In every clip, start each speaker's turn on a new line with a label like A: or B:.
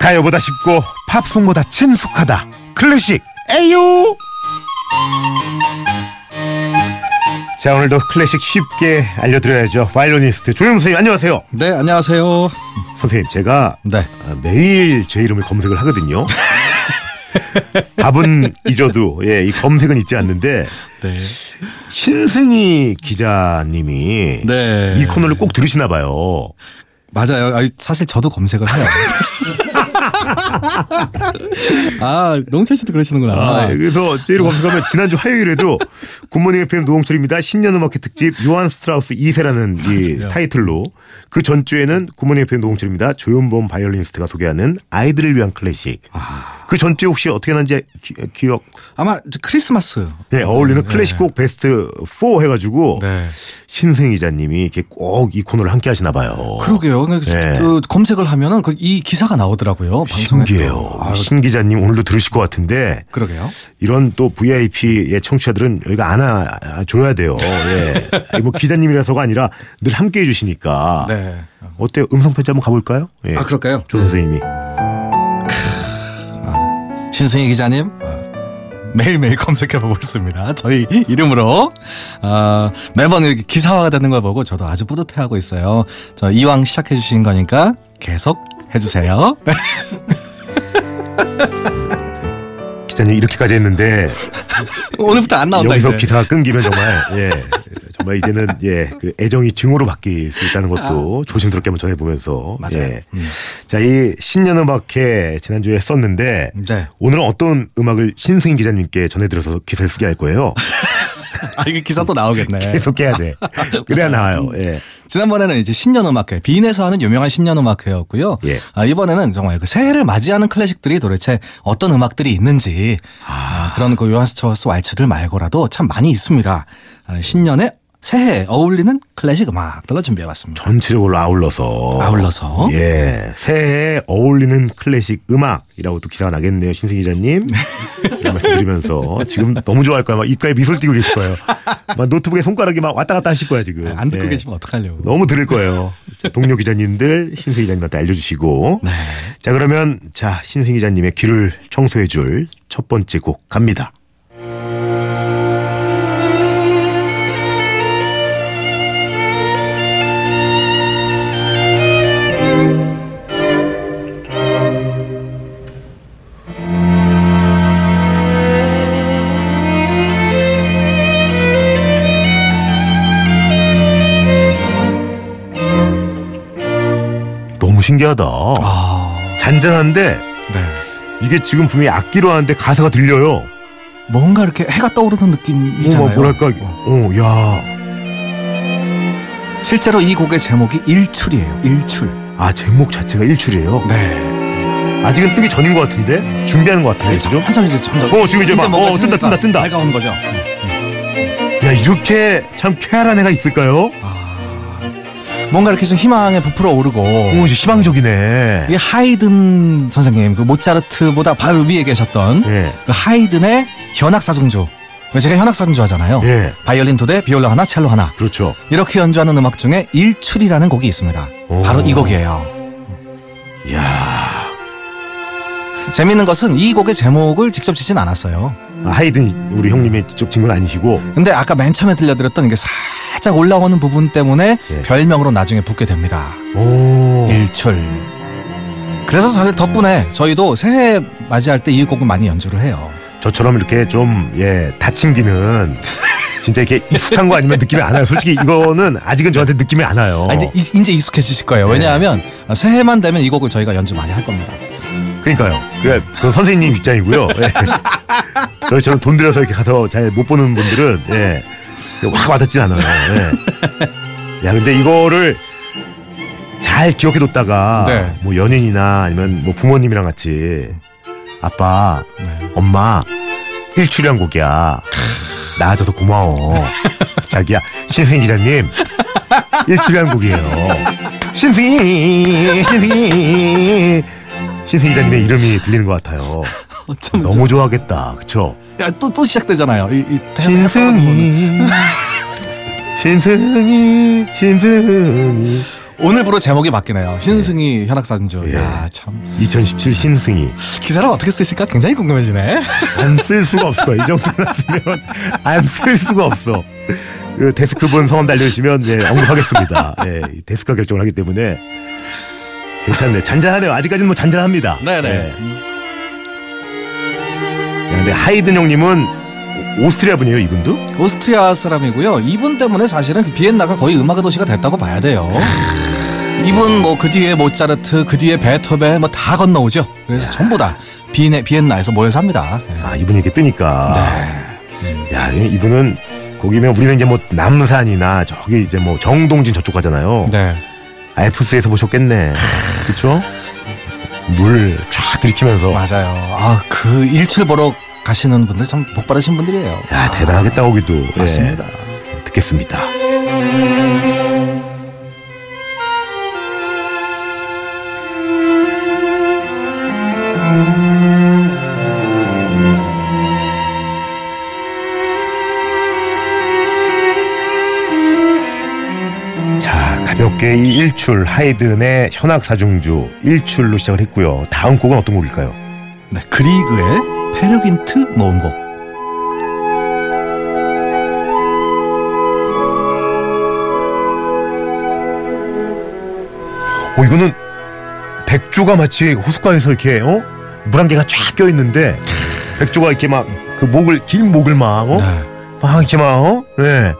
A: 가요보다 쉽고 팝송보다 친숙하다 클래식 에요 자 오늘도 클래식 쉽게 알려드려야죠 바이올리니스트 조영 선생님 안녕하세요
B: 네, 안녕하세요.
A: 선생님 제가
B: 네.
A: 아, 매일 제 이름을 검색을 하거든요 답은 잊어도 예, 이 검색은 잊지 않는데
B: 네.
A: 신승희 기자님이
B: 네.
A: 이 코너를 꼭 들으시나 봐요
B: 맞아요. 아니, 사실 저도 검색을 해요. 아, 농철 씨도 그러시는구나.
A: 아, 그래서 제일 검색하면 지난주 화요일에도 굿모닝 FM 노홍철입니다. 신년 음악회 특집 요한 스트라우스 2세라는 이
B: 맞아요.
A: 타이틀로 그 전주에는 굿모닝 FM 노홍철입니다. 조연범 바이올리니스트가 소개하는 아이들을 위한 클래식. 그 전주에 혹시 어떻게 났는지 기, 기억
B: 아마 이제 크리스마스.
A: 네, 어울리는 클래식 곡 베스트 4 해가지고
B: 네.
A: 신생 이자님이 이렇게 꼭 이 코너를 함께 하시나 봐요.
B: 그러게요. 그러니까
A: 네.
B: 그 검색을 하면은 그 이 기사가 나오더라고요. 방송에.
A: 신기해요.
B: 아,
A: 신 기자님 오늘도 들으실 것 같은데
B: 그러게요.
A: 이런 또 VIP의 청취자들은 여기가 안아줘야 돼요. 예. 뭐 기자님이라서가 아니라 늘 함께 해주시니까.
B: 네.
A: 어때요? 음성편지 한번 가볼까요? 예.
B: 아, 그럴까요?
A: 조 선생님이.
B: 신승희 기자님. 아, 매일매일 검색해보고 있습니다. 저희 이름으로. 아, 매번 이렇게 기사화가 되는 걸 보고 저도 아주 뿌듯해하고 있어요. 저 이왕 시작해주신 거니까 계속 해주세요. 네.
A: 기자님 이렇게까지 했는데
B: 오늘부터 안 아, 나온다
A: 여기서
B: 이제.
A: 기사가 끊기면 정말 예. 정말 이제는 예. 그 애정이 증오로 바뀔 수 있다는 것도 조심스럽게 한번 전해보면서
B: 맞아요. 음.
A: 예. 자이 신년음악회 지난주에 썼는데
B: 네.
A: 오늘은 어떤 음악을 신승인 기자님께 전해드려서 기사를 쓰게 할 거예요.
B: 아 이게 기사 또 나오겠네.
A: 계속 해야 돼. 그래야 나와요. 예.
B: 지난번에는 이제 신년 음악회 빈에서 하는 유명한 신년 음악회였고요.
A: 예.
B: 아, 이번에는 정말 그 새해를 맞이하는 클래식들이 도대체 어떤 음악들이 있는지 아, 그런 그 요한 스트라우스 왈츠들 말고라도 참 많이 있습니다. 아, 신년에 새해에 어울리는 클래식 음악들로 준비해봤습니다.
A: 전체적으로 아울러서
B: 아울러서.
A: 예 새해에 어울리는 클래식 음악이라고 또 기사가 나겠네요 신승 기자님 이런 말씀드리면서 지금 너무 좋아할 거야 막 입가에 미소를 띄고 계실 거예요 막 노트북에 손가락이 막 왔다 갔다 하실 거야 지금
B: 아, 안 듣고
A: 예.
B: 계시면 어떡하려고.
A: 너무 들을 거예요 동료 기자님들 신승 기자님한테 알려주시고
B: 네.
A: 자 그러면 자 신승 기자님의 귀를 청소해 줄 첫 번째 곡 갑니다 너무 신기하다
B: 아,
A: 잔잔한데
B: 네.
A: 이게 지금 분명히 악기로 하는데 가사가 들려요.
B: 뭔가 이렇게 해가 떠오르는
A: 뭐
B: 느낌이잖아요.
A: 뭐랄까,
B: 어.
A: 어, 야,
B: 실제로 이 곡의 제목이 일출이에요. 일출.
A: 아 제목 자체가 일출이에요.
B: 네.
A: 아직은 뜨기 전인 것 같은데 준비하는 것 같은데
B: 네,
A: 지금.
B: 점점 이제 점점
A: 어, 지금 이제 막,
B: 뭔가
A: 어, 뜬다,
B: 생각이
A: 뜬다, 뜬다.
B: 밝아오는 거죠.
A: 야 이렇게 참 쾌활한 애가 있을까요?
B: 어. 뭔가 이렇게 좀 희망에 부풀어 오르고
A: 오, 이제 희망적이네.
B: 이 하이든 선생님 그 모차르트보다 바로 위에 계셨던
A: 예,
B: 그 하이든의 현악 사중주. 제가 현악 사중주 하잖아요.
A: 예,
B: 바이올린 두 대, 비올라 하나, 첼로 하나.
A: 그렇죠.
B: 이렇게 연주하는 음악 중에 일출이라는 곡이 있습니다.
A: 오.
B: 바로 이 곡이에요.
A: 야
B: 재미있는 것은 이 곡의 제목을 직접 지진 않았어요.
A: 아, 하이든 우리 형님의 직접 친건 아니시고
B: 근데 아까 맨 처음에 들려드렸던 이게 살짝 올라오는 부분 때문에
A: 예.
B: 별명으로 나중에 붙게 됩니다.
A: 오,
B: 일출. 그래서 사실 덕분에 저희도 새해 맞이할 때 이 곡을 많이 연주를 해요.
A: 저처럼 이렇게 좀 예, 다침기는 진짜 이렇게 익숙한 거 아니면 느낌이 안 와요. 솔직히 이거는 아직은 저한테 느낌이 안 와요.
B: 아, 이제, 이- 이제 익숙해지실 거예요.
A: 네.
B: 왜냐하면 새해만 되면 이 곡을 저희가 연주 많이 할 겁니다.
A: 그러니까요. 그그 선생님 입장이고요. 예. 저희처럼 돈 들여서 이렇게 가서 잘 못 보는 분들은 예. 확 와닿진 않아요. 예. 야 근데 이거를 잘 기억해뒀다가
B: 네.
A: 뭐 연인이나 아니면 뭐 부모님이랑 같이 아빠, 엄마 일출이란 곡이야. 나아져서 고마워. 자기야 신승희 기자님 일출이란 곡이에요. 신승희 신승희 신승희 기자님의 이름이 들리는 것 같아요.
B: 어쩜
A: 너무 좋아하겠다. 그쵸?
B: 야, 또, 또 시작되잖아요. 이,
A: 네,
B: 이 태양의
A: 신승희. 신승희, 신승희.
B: 오늘부로 제목이 바뀌네요. 신승희 현악산주.
A: 예.
B: 야, 참.
A: 2017 신승이
B: 기사를 어떻게 쓰실까 굉장히 궁금해지네.
A: 안 쓸 수가 없을 거야. 이 정도 났으면 안 쓸 수가 없어. 그 데스크분 성함 알려주시면 예, 언급하겠습니다. 예, 이 데스크가 결정을 하기 때문에 괜찮네. 잔잔하네요. 아직까지는 뭐 잔잔합니다. 예.
B: 네.
A: 야, 근데 하이든 형님은 오- 오스트리아 분이에요, 이분도?
B: 네. 오스트리아 사람이고요. 이분 때문에 사실은 그 비엔나가 거의 음악의 도시가 됐다고 봐야 돼요.
A: 아.
B: 이분 뭐 그 뒤에 모차르트, 그 뒤에 베토벤 뭐 다 건너오죠. 그래서 전부 다 비엔나, 비엔나에서 모여서 합니다. 예.
A: 아, 이분이 이렇게 뜨니까.
B: 네.
A: 야, 이분은 거기면 우리는 이제 뭐 남산이나 저기 이제 뭐 정동진 저쪽 가잖아요.
B: 네.
A: 알프스에서 보셨겠네. 그쵸? 물쫙 들이키면서.
B: 맞아요. 아, 그 일출 보러 가시는 분들 참 복받으신 분들이에요.
A: 야, 대단하겠다, 거기도. 예,
B: 네, 맞습니다.
A: 듣겠습니다. 자, 가볍게 이 일출 하이든의 현악 사중주 일출로 시작을 했고요. 다음 곡은 어떤 곡일까요?
B: 네, 그리그의 페르긴트 모음곡.
A: 어, 이거는 백조가 마치 호숫가에서 이렇게 어? 물 한 개가 쫙 껴있는데 백조가 이렇게 막 그 목을 긴 목을 막 어?
B: 네.
A: 막 이렇게 막 어? 예.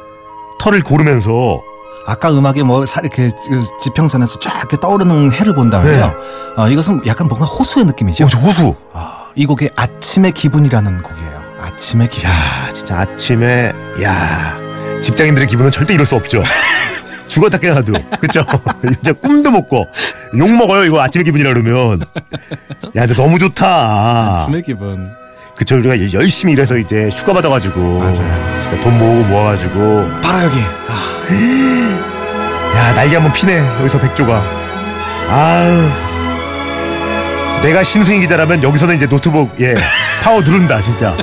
A: 털을 고르면서
B: 아까 음악이 뭐 살 이렇게 지- 지평선에서 쫙 이렇게 떠오르는 해를 본다면요. 어, 이것은 약간 뭔가 호수의 느낌이죠.
A: 어, 저 호수
B: 아, 이 곡이 아침의 기분이라는 곡이에요. 아침의 기분.
A: 야 진짜 아침에 야 직장인들의 기분은 절대 이럴 수 없죠 죽었다 깨어나도 그쵸 진짜 꿈도 못 꿔 욕 먹어요 이거 아침의 기분이라 그러면 야 근데 너무 좋다
B: 기분.
A: 그쵸 우리가 열심히 일해서 이제 휴가 받아가지고
B: 맞아요.
A: 진짜 돈 모으고 모아가지고
B: 바로 여기. 아,
A: 야 날개 한번 피네 여기서 백조가 아우 내가 신승희 기자라면 여기서는 이제 노트북 예 파워 누른다 진짜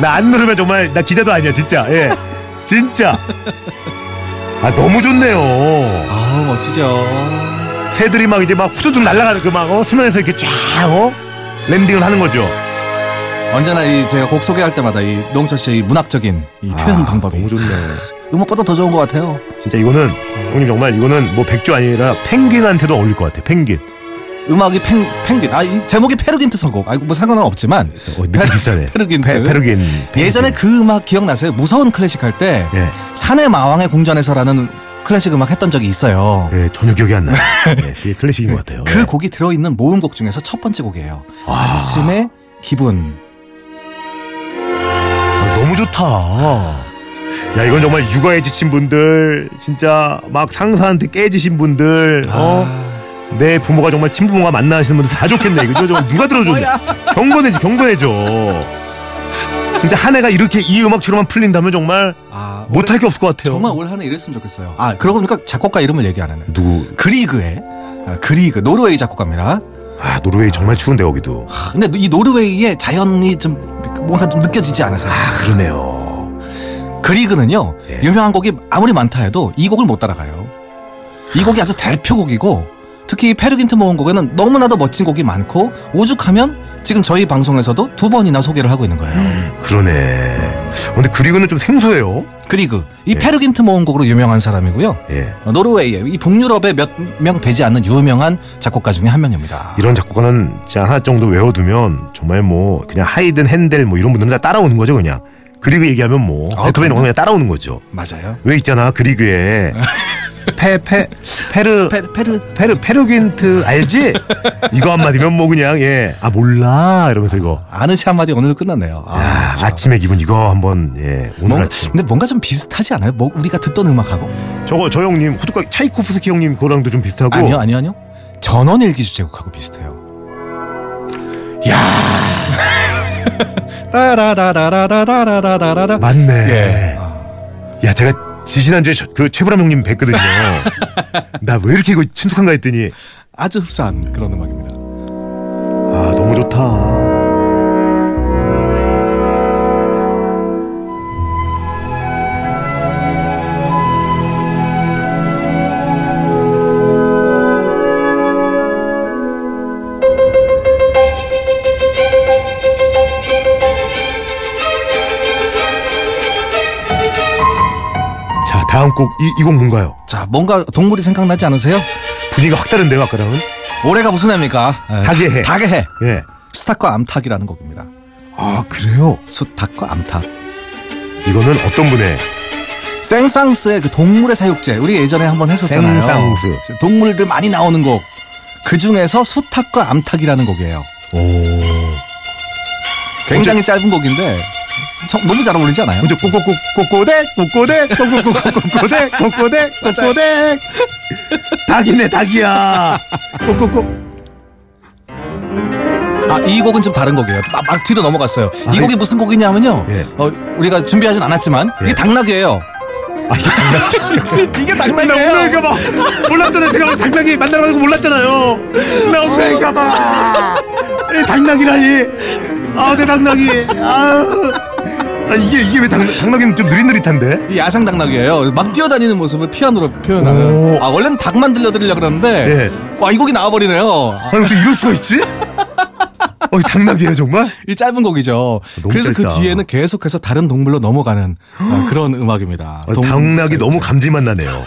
A: 나 안 누르면 정말 나 기자도 아니야 진짜 예 진짜 아 너무 좋네요
B: 아우, 멋지죠.
A: 새들이 막 이제 막 후두둑 날아가는 그 막 어, 수면에서 이렇게 쫙어 랜딩을 하는 거죠
B: 언제나 이 제가 곡 소개할 때마다 이 노홍철 씨의 이 문학적인 이 표현
A: 아,
B: 방법이
A: 너무 좋네
B: 음악보다 더 좋은 것 같아요.
A: 진짜 이거는 형님 정말 이거는 뭐 백조 아니라 펭귄한테도 어울릴 것 같아 펭귄
B: 음악이 펭, 귄 아, 이 제목이 페르긴트 선곡. 아, 뭐 상관은 없지만.
A: 어, 느낌 비슷하네
B: 페르긴트.
A: 페, 페르긴
B: 예전에 그 음악 기억나세요? 무서운 클래식 할 때.
A: 예.
B: 산의 마왕의 궁전에서라는 클래식 음악 했던 적이 있어요.
A: 예, 전혀 기억이 안 나요. 예, 그게 클래식인 것 같아요.
B: 그
A: 예.
B: 곡이 들어있는 모음곡 중에서 첫 번째 곡이에요.
A: 아,
B: 아침의 기분.
A: 아, 너무 좋다. 야, 이건 정말 육아에 지친 분들, 진짜 막 상사한테 깨지신 분들, 어,
B: 아,
A: 내 부모가 정말 친부모가 만나시는 분들 다 좋겠네. 그죠? 정말 누가 들어줬냐? 경건해지, 경건해져. 진짜 한 해가 이렇게 이 음악처럼만 풀린다면 정말
B: 아,
A: 못할 게 없을 것 같아요.
B: 정말 올 한해 이랬으면 좋겠어요. 아 그러고 보니까 작곡가 이름을 얘기 안 했네.
A: 누구?
B: 그리그의 아, 그리그 노르웨이 작곡가입니다.
A: 아, 노르웨이 정말 추운데 거기도.
B: 아, 근데 이 노르웨이의 자연이 좀 뭔가 좀 느껴지지
A: 아,
B: 않으세요?
A: 그러네요.
B: 그리그는요
A: 예.
B: 유명한 곡이 아무리 많다 해도 이 곡을 못 따라가요. 이 곡이 아주 대표곡이고 특히 페르긴트 모음곡에는 너무나도 멋진 곡이 많고 오죽하면 지금 저희 방송에서도 두 번이나 소개를 하고 있는 거예요.
A: 음. 그러네. 근데 그리고는 좀 생소해요.
B: 그리그 이
A: 예.
B: 페르긴트 모음곡으로 유명한 사람이고요.
A: 예.
B: 어, 노르웨이의 이 북유럽의 몇 명 되지 않는 유명한 작곡가 중에 한 명입니다.
A: 이런 작곡가는 진짜 하나 정도 외워두면 정말 뭐 그냥 하이든 핸델 뭐 이런 분들은 다 따라오는 거죠 그냥 그리고 얘기하면 뭐
B: 아,
A: 베토벤
B: 그럼요.
A: 오면 따라오는 거죠
B: 맞아요.
A: 왜 있잖아 그리그에 페페 페르
B: 페, 페르
A: 페르 페르긴트 알지 이거 한마디면 뭐 그냥 예 아 몰라 이러면서 이거
B: 아는시 한마디 오늘 끝났네요. 아,
A: 야,
B: 진짜.
A: 아침의 기분 이거 한번 예 오늘
B: 뭔가,
A: 아침
B: 근데 뭔가 좀 비슷하지 않아요? 뭐 우리가 듣던 음악하고
A: 저거 저 형님 호두까기 차이코프스키 형님 그거랑도 좀 비슷하고
B: 아니요 아니요 아니요 전원일기 주제곡하고 비슷해요.
A: 야
B: 따라라라라라라라라라라.
A: 맞네
B: 예. 아,
A: 야 제가 지지난주에 저- 그 최불암 형님 뵀거든요 나 왜 이렇게 이거 친숙한가 했더니
B: 아주 흡사한 그런 음악입니다.
A: 아 너무 좋다. 다음 곡 이 이 곡 뭔가요?
B: 자, 뭔가 동물이 생각나지 않으세요?
A: 분위기가 확 다른데요 아까랑은.
B: 올해가 무슨 해입니까? 에,
A: 닭의 해.
B: 네. 닭의 해.
A: 예.
B: 수탉과 암탉이라는 곡입니다.
A: 아 그래요?
B: 수탉과 암탉.
A: 이거는 어떤 분의
B: 생상스의 그 동물의 사육제 우리 예전에 한번 했었잖아요.
A: 생상스.
B: 동물들 많이 나오는 곡. 그 중에서 수탉과 암탉이라는 곡이에요.
A: 오.
B: 굉장히 짧은 곡인데 정- 너무 잘 어울리지 않아요?
A: 먼저 꼬꼬꼬 꼬꼬대 꼬꼬대 꼬꼬꼬 꼬꼬대 꼬꼬대 꼬꼬대 닭이네 닭이야 꼬꼬꼬
B: 아, 이 곡은 좀 다른 곡이에요. 막, 막 뒤로 넘어갔어요.
A: 아,
B: 이 곡이 무슨 곡이냐면요.
A: 예.
B: 어, 우리가 준비하진 않았지만
A: 예.
B: 이게 당나귀예요.
A: 아,
B: 이게 그
A: 나 울랄까봐 몰랐잖아요 제가 당나귀 만나러 가는 거 몰랐잖아요 나 울랄까봐 이 당나귀라니 아내 당나귀 아유. 아 이게 이게 왜 당나, 당나귀는 좀 느릿느릿한데
B: 이 야생 당나귀예요. 막 뛰어다니는 모습을 피아노로 표현하는.
A: 오.
B: 아 원래는 닭만 들려드리려 그러는데
A: 예.
B: 와 이 곡이 나와버리네요. 아,
A: 아니 어떻게 이럴 수가 있지 어이 당나귀예요 정말
B: 이 짧은 곡이죠.
A: 아, 너무
B: 그래서 그
A: 짧다.
B: 뒤에는 계속해서 다른 동물로 넘어가는 아, 그런 음악입니다.
A: 아,
B: 동물
A: 당나귀
B: 사육제.
A: 너무 감질만 나네요.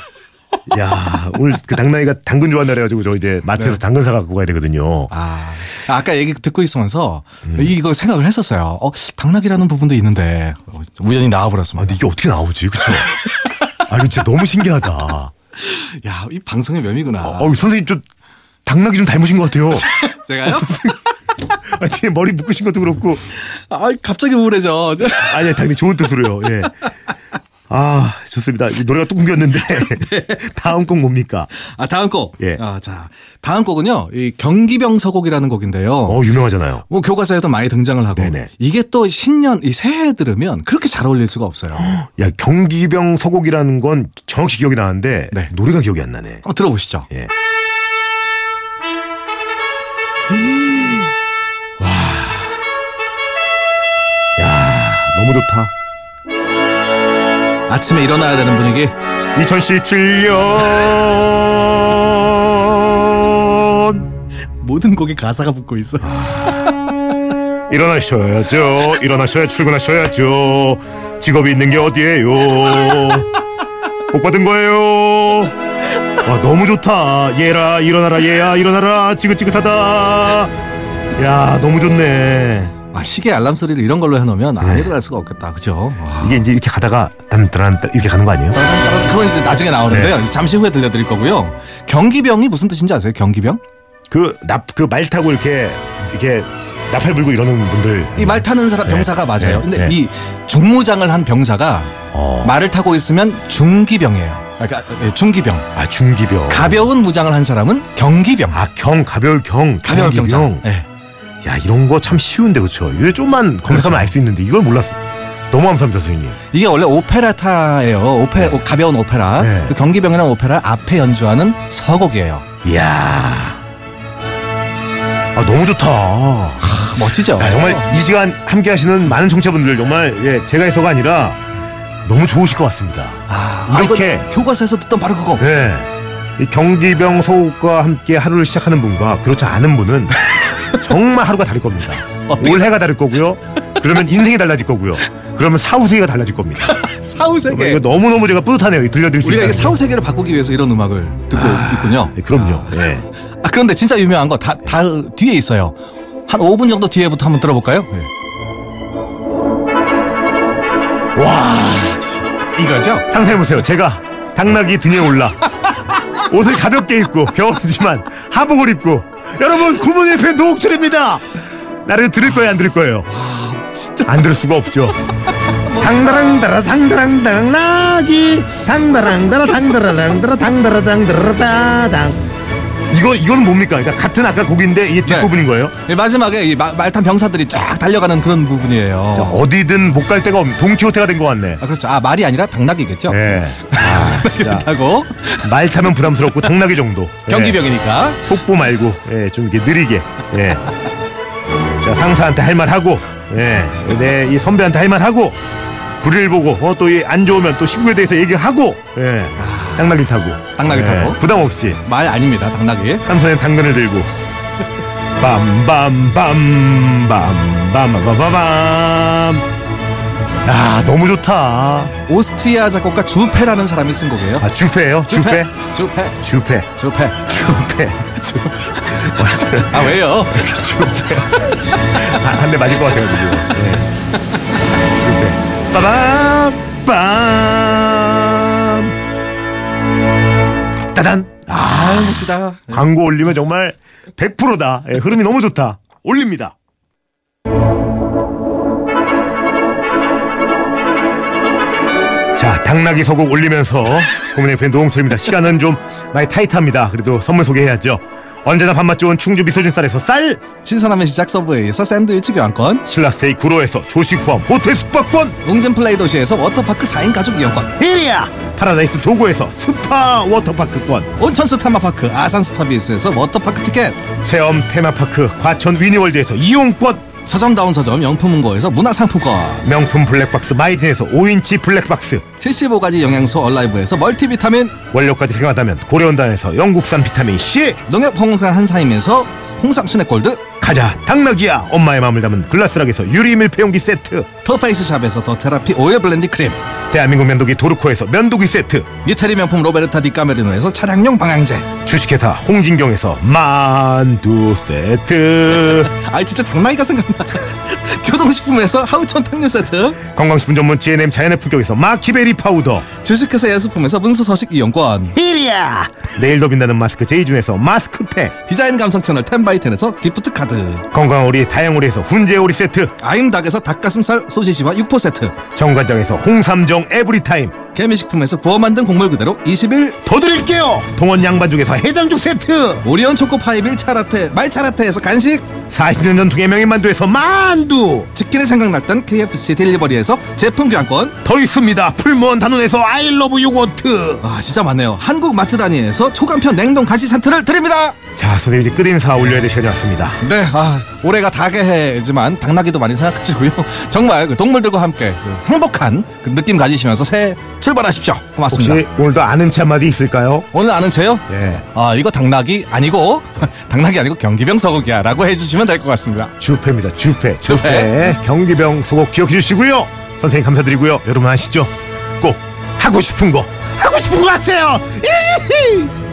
A: 야 오늘 그 당나귀가 당근 좋아한다 그래가지고 저 이제 마트에서
B: 네.
A: 당근 사갖고 가야 되거든요.
B: 아, 아까 얘기 듣고 있으면서
A: 예.
B: 이거 생각을 했었어요. 어, 당나귀라는 부분도 있는데 어, 우연히
A: 아,
B: 나와버렸습니다.
A: 근데 이게 어떻게 나오지, 그쵸? 아, 이거 진짜 너무 신기하다. 어,
B: 야, 이 방송의 묘미구나.
A: 어, 선생님 좀 당나귀 좀 닮으신 것 같아요.
B: 제가요?
A: 아, 뒤에 머리 묶으신 것도 그렇고.
B: 아, 갑자기 우울해져.
A: 아니, 당연히 좋은 뜻으로요. 예. 아, 좋습니다. 이 노래가 또 끊겼는데.
B: 네.
A: 다음 곡 뭡니까?
B: 아, 다음 곡.
A: 예.
B: 아, 자, 다음 곡은요. 이 경기병서곡이라는 곡인데요.
A: 어, 유명하잖아요.
B: 뭐 교과서에도 많이 등장을 하고
A: 네네.
B: 이게 또 신년 이 새해 들으면 그렇게 잘 어울릴 수가 없어요.
A: 야, 경기병 서곡이라는 건 정확히 기억이 나는데.
B: 네.
A: 노래가 기억이 안 나네.
B: 한번 들어보시죠.
A: 예. 와. 야, 너무 좋다.
B: 아침에 일어나야 되는 분위기.
A: 2017년
B: 모든 곡에 가사가 붙고 있어. 요
A: 일어나셔야죠. 일어나셔야 출근하셔야죠. 직업이 있는 게 어디예요? 복 받은 거예요. 와 너무 좋다. 얘라 일어나라 얘야 일어나라 지긋지긋하다. 야 너무 좋네.
B: 아, 시계 알람 소리를 이런 걸로 해놓으면 안 일어날 수가 없겠다. 그죠? 와.
A: 이게 이제 이렇게 가다가 딴딴 이렇게 가는 거 아니에요?
B: 그건 이제 나중에 나오는데요. 잠시 후에 들려드릴 거고요. 경기병이 무슨 뜻인지 아세요? 경기병?
A: 그납그말 타고 이렇게 이렇게 나팔 불고 이러는 분들
B: 이 말 타는 사람
A: 네.
B: 병사가 맞아요.
A: 네.
B: 근데
A: 네.
B: 이 중무장을 한 병사가
A: 어.
B: 말을 타고 있으면 중기병이에요. 아, 그러니까, 예, 중기병.
A: 아 중기병
B: 가벼운 무장을 한 사람은 경기병.
A: 아경 가벼울 경
B: 가벼운 경사.
A: 중기병.
B: 예.
A: 야 이런 거 참 쉬운데 그렇죠 이거 좀만 검색하면 알 수 있는데 이걸 몰랐어 너무 감사합니다 선생님
B: 이게 원래 오페라타예요. 오페 오- 가벼운 오페라.
A: 네.
B: 그 경기병이라는 오페라 앞에 연주하는 서곡이에요.
A: 이야 아 너무 좋다
B: 아, 멋지죠?
A: 야, 정말 이 시간 함께 하시는 많은 청취자분들 정말 예 제가 해서가 아니라 너무 좋으실 것 같습니다
B: 아,
A: 이렇게.
B: 이거 교과서에서 듣던 바로 그거.
A: 예. 이 경기병 서욱과 함께 하루를 시작하는 분과 그렇지 않은 분은 정말 하루가 다를 겁니다.
B: 어떻게-
A: 올해가 다를 거고요. 그러면 인생이 달라질 거고요. 그러면 사후 세계가 달라질 겁니다.
B: 사후세계.
A: 네. 이거 너무 너무 제가 뿌듯하네요. 이 들려드릴 수
B: 우리가 이게
A: 있다는 거.
B: 사후세계를 바꾸기 위해서 이런 음악을 듣고 있군요.
A: 예, 그럼요. 예.
B: 아, 그런데 진짜 유명한 거 다 다 뒤에 있어요. 한 5분 정도 뒤에부터 한번 들어볼까요?
A: 와
B: 이거죠?
A: 상상해 보세요. 제가 당나귀 등에 올라 옷을 가볍게 입고 겨울이지만 하복을 입고 여러분 구몬 f 팬 노옥철입니다. 나를 들을 거예요, 안 들을 거예요?
B: 진짜.
A: 안 들을 수가 없죠. 당다랑다라 당다랑당 나기 당다랑다라 당다라랑다라 당다라당다라당 이거 이건 뭡니까? 그러니까 같은 아까 곡인데 이게 뒷부분인 거예요?
B: 예, 마지막에 이 마- 말탄 병사들이 쫙 달려가는 그런 부분이에요.
A: 어디든 못 갈 데가 없는 동키호테가 된 것 같네.
B: 아, 그렇죠. 아, 말이 아니라 당나귀겠죠?
A: 예. 아, 진짜
B: 하고
A: 말 타면 부담스럽고 당나귀 정도. 예.
B: 경기병이니까.
A: 속보 말고 예, 좀 이렇게 느리게. 예. 자 상사한테 할 말 하고, 예, 내이 선배한테 할 말 하고, 불의를 보고 어, 또 이 안 좋으면 또 시국에 대해서 얘기하고, 예, 당나귀 타고,
B: 당나귀
A: 예,
B: 타고.
A: 부담 없이
B: 말 아닙니다. 당나귀.
A: 한 손에 당근을 들고, 빰빰빰빰빰빰빰빰빰. 야 아, 너무 좋다.
B: 오스트리아 작곡가 주페라는 사람이 쓴 곡이에요.
A: 아 주페예요? 주페?
B: 주페.
A: 주페.
B: 주페.
A: 주페.
B: 아 왜요?
A: 한 대 맞을 것 같아가지고. 예. 주페. 네. 빠밤 빰. 따단.
B: 아 멋지다.
A: 광고 올리면 정말 100%다. 예, 흐름이 너무 좋다. 올립니다. 자, 당나귀 서곡 올리면서 고민의 팬 노홍철입니다. 시간은 좀 많이 타이트합니다. 그래도 선물 소개해야죠. 언제나 밥맛 좋은 충주 미소진 쌀에서 쌀,
B: 신선함의 시작 서브웨이에서 샌드위치 교환권,
A: 신라스테이 구로에서 조식 포함 호텔 숙박권,
B: 웅진 플레이 도시에서 워터파크 4인 가족 이용권,
A: 이리야 파라다이스 도구에서 스파 워터파크권,
B: 온천수 테마파크 아산 스파비스에서 워터파크 티켓,
A: 체험 테마파크 과천 위니월드에서 이용권,
B: 서점다운 서점 영품문고에서 문화상품권,
A: 명품 블랙박스 마이딘에서 5인치 블랙박스,
B: 75가지 영양소 얼라이브에서 멀티비타민,
A: 원료까지 생각하다면 고려온단에서 영국산 비타민 C
B: 농협 홍삼 한사임에서 홍삼 순액 골드,
A: 가자 당나귀야 엄마의 마음을 담은 글라스락에서 유리 밀폐용기 세트
B: 더페이스 샵에서 더 테라피 오일 블렌디 크림,
A: 대한민국 면도기 도르코에서 면도기 세트
B: 이태리 명품 로베르타 디카메리노에서 차량용 방향제.
A: 주식회사 홍진경에서 만두 세트
B: 아 진짜 장난이가 생각나. 교동식품에서 하우천 탕류 세트,
A: 건강식품 전문 GNM 자연의 품격에서 마키베리 파우더
B: 주식회사 예술품에서 문서 서식 이용권,
A: 히리야 내일 더 빛나는 마스크 제이준에서 마스크팩
B: 디자인 감성 채널 텐바이텐에서 기프트 카드.
A: 건강한 오리 다양오리에서 훈제오리 세트
B: 아임닭에서 닭가슴살 소시지와 육포 세트
A: 정관장에서 홍삼정 에브리타임
B: 개미식품에서 구워 만든 곡물 그대로 20일
A: 더 드릴게요 동원 양반죽에서 해장죽 세트
B: 오리온 초코파이 밀차라떼 말차라떼에서 간식
A: 40년 전통의 명인만두에서 만두
B: 치킨이 생각날 땐 KFC 딜리버리에서 제품 교환권
A: 더 있습니다. 풀무원 단원에서 아이러브 요거트.
B: 아 진짜 많네요 한국 마트다니에서 초간편 냉동 가시 세트를 드립니다
A: 자, 선생님 이제 끝인사 올려야 될 시간이 왔습니다.
B: 네 아 올해가 닭의 해지만 닭나기도 많이 생각하시고요 정말 그 동물들과 함께 그 행복한 그 느낌 가지시면서 새해 출발하십시오
A: 혹시
B: 고맙습니다
A: 오늘도 아는 채 한마디 있을까요?
B: 오늘 아는 채요?
A: 예.
B: 아 이거 당나귀 아니고 당나귀 아니고 경기병 서곡이야 라고 해주시면 될 것 같습니다
A: 주패입니다. 주패.
B: 주패.
A: 주패. 경기병 소곡 기억해 주시고요. 선생님 감사드리고요. 여러분 아시죠? 꼭 하고 싶은 거 하고 싶은 거 하세요. 이히히.